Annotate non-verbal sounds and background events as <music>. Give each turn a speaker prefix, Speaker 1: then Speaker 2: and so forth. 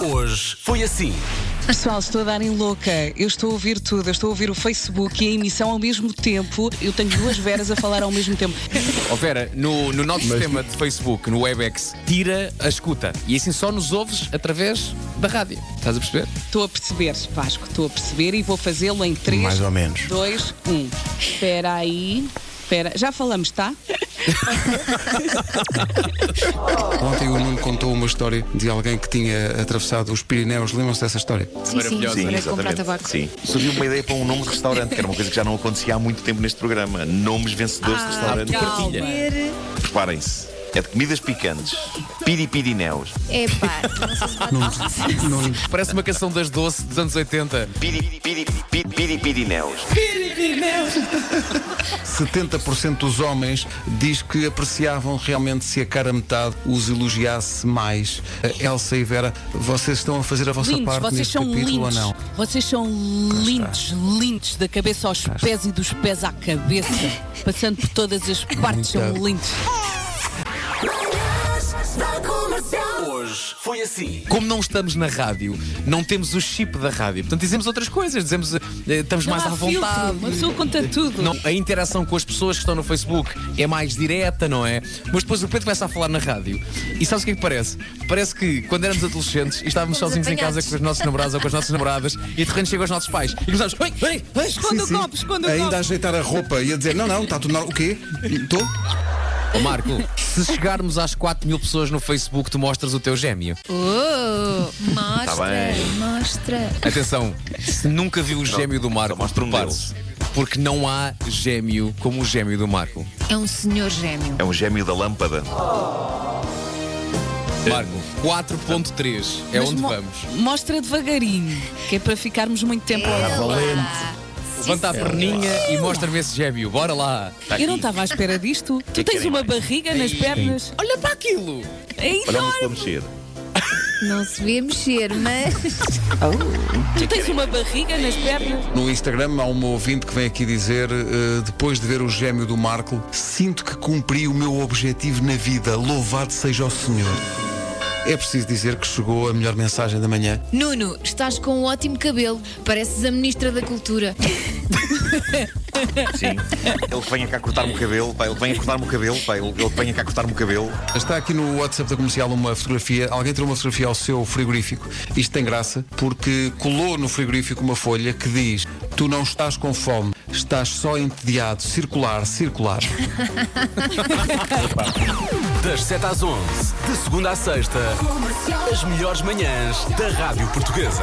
Speaker 1: Hoje foi assim.
Speaker 2: Pessoal, estou a dar em louca. Eu estou a ouvir tudo. Eu estou a ouvir o Facebook e a emissão ao mesmo tempo. Eu tenho duas veras a falar ao mesmo tempo.
Speaker 3: Ó Vera, no, no nosso sistema de Facebook, no Webex, tira a escuta. E assim só nos ouves através da rádio. Estás a perceber?
Speaker 2: Estou a perceber, Vasco. Estou a perceber e vou fazê-lo em 3,
Speaker 4: Mais ou menos.
Speaker 2: 2, 1. Espera aí. Espera. Já falamos, tá?
Speaker 4: É
Speaker 5: Ontem o Nuno contou uma história de alguém que tinha atravessado os Pirineus. Lembram-se dessa história?
Speaker 6: Sim, sim, sim, para comprar tabaco.
Speaker 7: Sim. Surgiu uma ideia para um nome de restaurante, que era uma coisa que já não acontecia há muito tempo neste programa. Nomes vencedores de restaurante. Preparem-se. É de comidas picantes. Piripirineus.
Speaker 3: <laughs>
Speaker 6: Epá, não sei se pode dizer.
Speaker 3: Parece uma canção das doce dos anos 80.
Speaker 7: Piri- piri- pi- Piripirineus.
Speaker 5: 70% dos homens diz que apreciavam realmente se a cara metade os elogiasse mais. A Elsa e Vera, vocês estão a fazer a vossa
Speaker 2: Lindos.
Speaker 5: parte
Speaker 2: Vocês
Speaker 5: neste
Speaker 2: são
Speaker 5: capítulo
Speaker 2: lindos.
Speaker 5: ou não?
Speaker 2: Vocês são lindos, lindos. Da cabeça aos pés e dos pés à cabeça. Passando por todas as partes, são
Speaker 5: Obrigado.
Speaker 2: lindos.
Speaker 1: Hoje foi assim.
Speaker 3: Como não estamos na rádio, não temos o chip da rádio. Portanto, dizemos outras coisas. Dizemos, eh, estamos mais
Speaker 2: Não
Speaker 3: à
Speaker 2: há filtro.
Speaker 3: vontade.
Speaker 2: Uma pessoa conta tudo.
Speaker 3: Não, a interação com as pessoas que estão no Facebook é mais direta, não é? Mas depois o Pedro começa a falar na rádio. E sabes o que é que parece? Parece que quando éramos adolescentes e estávamos
Speaker 6: Fomos
Speaker 3: sozinhos em casa
Speaker 6: apanhados.
Speaker 3: com os nossos namorados ou com as nossas namoradas e de repente chegam os nossos pais e começamos. Oi, oi, oi,
Speaker 2: Esconda o copo, esconda o
Speaker 5: Ainda a
Speaker 2: copo.
Speaker 5: ajeitar a roupa e a dizer: não, não, está tudo normal. O quê? Estou?
Speaker 3: Ó, Marco, se chegarmos às 4 mil pessoas no Facebook, tu mostras o teu gêmeo.
Speaker 6: Oh,
Speaker 7: Tá
Speaker 6: mostra,
Speaker 7: bem.
Speaker 6: mostra.
Speaker 3: Atenção, se nunca viu o gêmeo do Marco,
Speaker 7: só mostra um
Speaker 3: prepare-se,
Speaker 7: deles.
Speaker 3: Porque não há gêmeo como o gêmeo do Marco.
Speaker 6: É um senhor gêmeo.
Speaker 7: É um gêmeo da lâmpada.
Speaker 3: Marco, 4.3 é
Speaker 2: Mas
Speaker 3: onde
Speaker 2: mo-
Speaker 3: vamos.
Speaker 2: Mostra devagarinho, que é para ficarmos muito tempo a olhar.
Speaker 3: Tá Levanta a perninha e mostra-me esse gêmeo. Bora lá.
Speaker 7: Tá
Speaker 2: Eu não
Speaker 7: aqui.
Speaker 2: estava à espera
Speaker 7: <laughs>
Speaker 2: disto. Tu
Speaker 7: é que
Speaker 2: tens
Speaker 7: querem
Speaker 2: uma
Speaker 7: mais?
Speaker 2: barriga nas pernas.
Speaker 3: Olha para aquilo.
Speaker 2: É
Speaker 7: Olha
Speaker 2: enorme.
Speaker 7: onde estou a mexer.
Speaker 6: Não se vê mexer, mas. <laughs>
Speaker 2: Tu tens uma barriga nas pernas.
Speaker 5: No Instagram há uma ouvinte que vem aqui dizer: eh, depois de ver o gêmeo do Marco, sinto que cumpri o meu objetivo na vida. Louvado seja o Senhor. É preciso dizer que chegou a melhor mensagem da manhã.
Speaker 6: Nuno, estás com um ótimo cabelo. Pareces a Ministra da Cultura.
Speaker 7: Sim. Ele que venha cá cortar-me o cabelo. Pá, ele que venha cortar-me o cabelo. Pá, ele ele que venha cá cortar-me o cabelo.
Speaker 5: Está aqui no WhatsApp da comercial uma fotografia. Alguém tirou uma fotografia ao seu frigorífico. Isto tem graça porque colou no frigorífico uma folha que diz: Tu não estás com fome, estás só entediado. Circular, circular.
Speaker 1: Das 7 às 11, de segunda à sexta, as melhores manhãs da Rádio Portuguesa.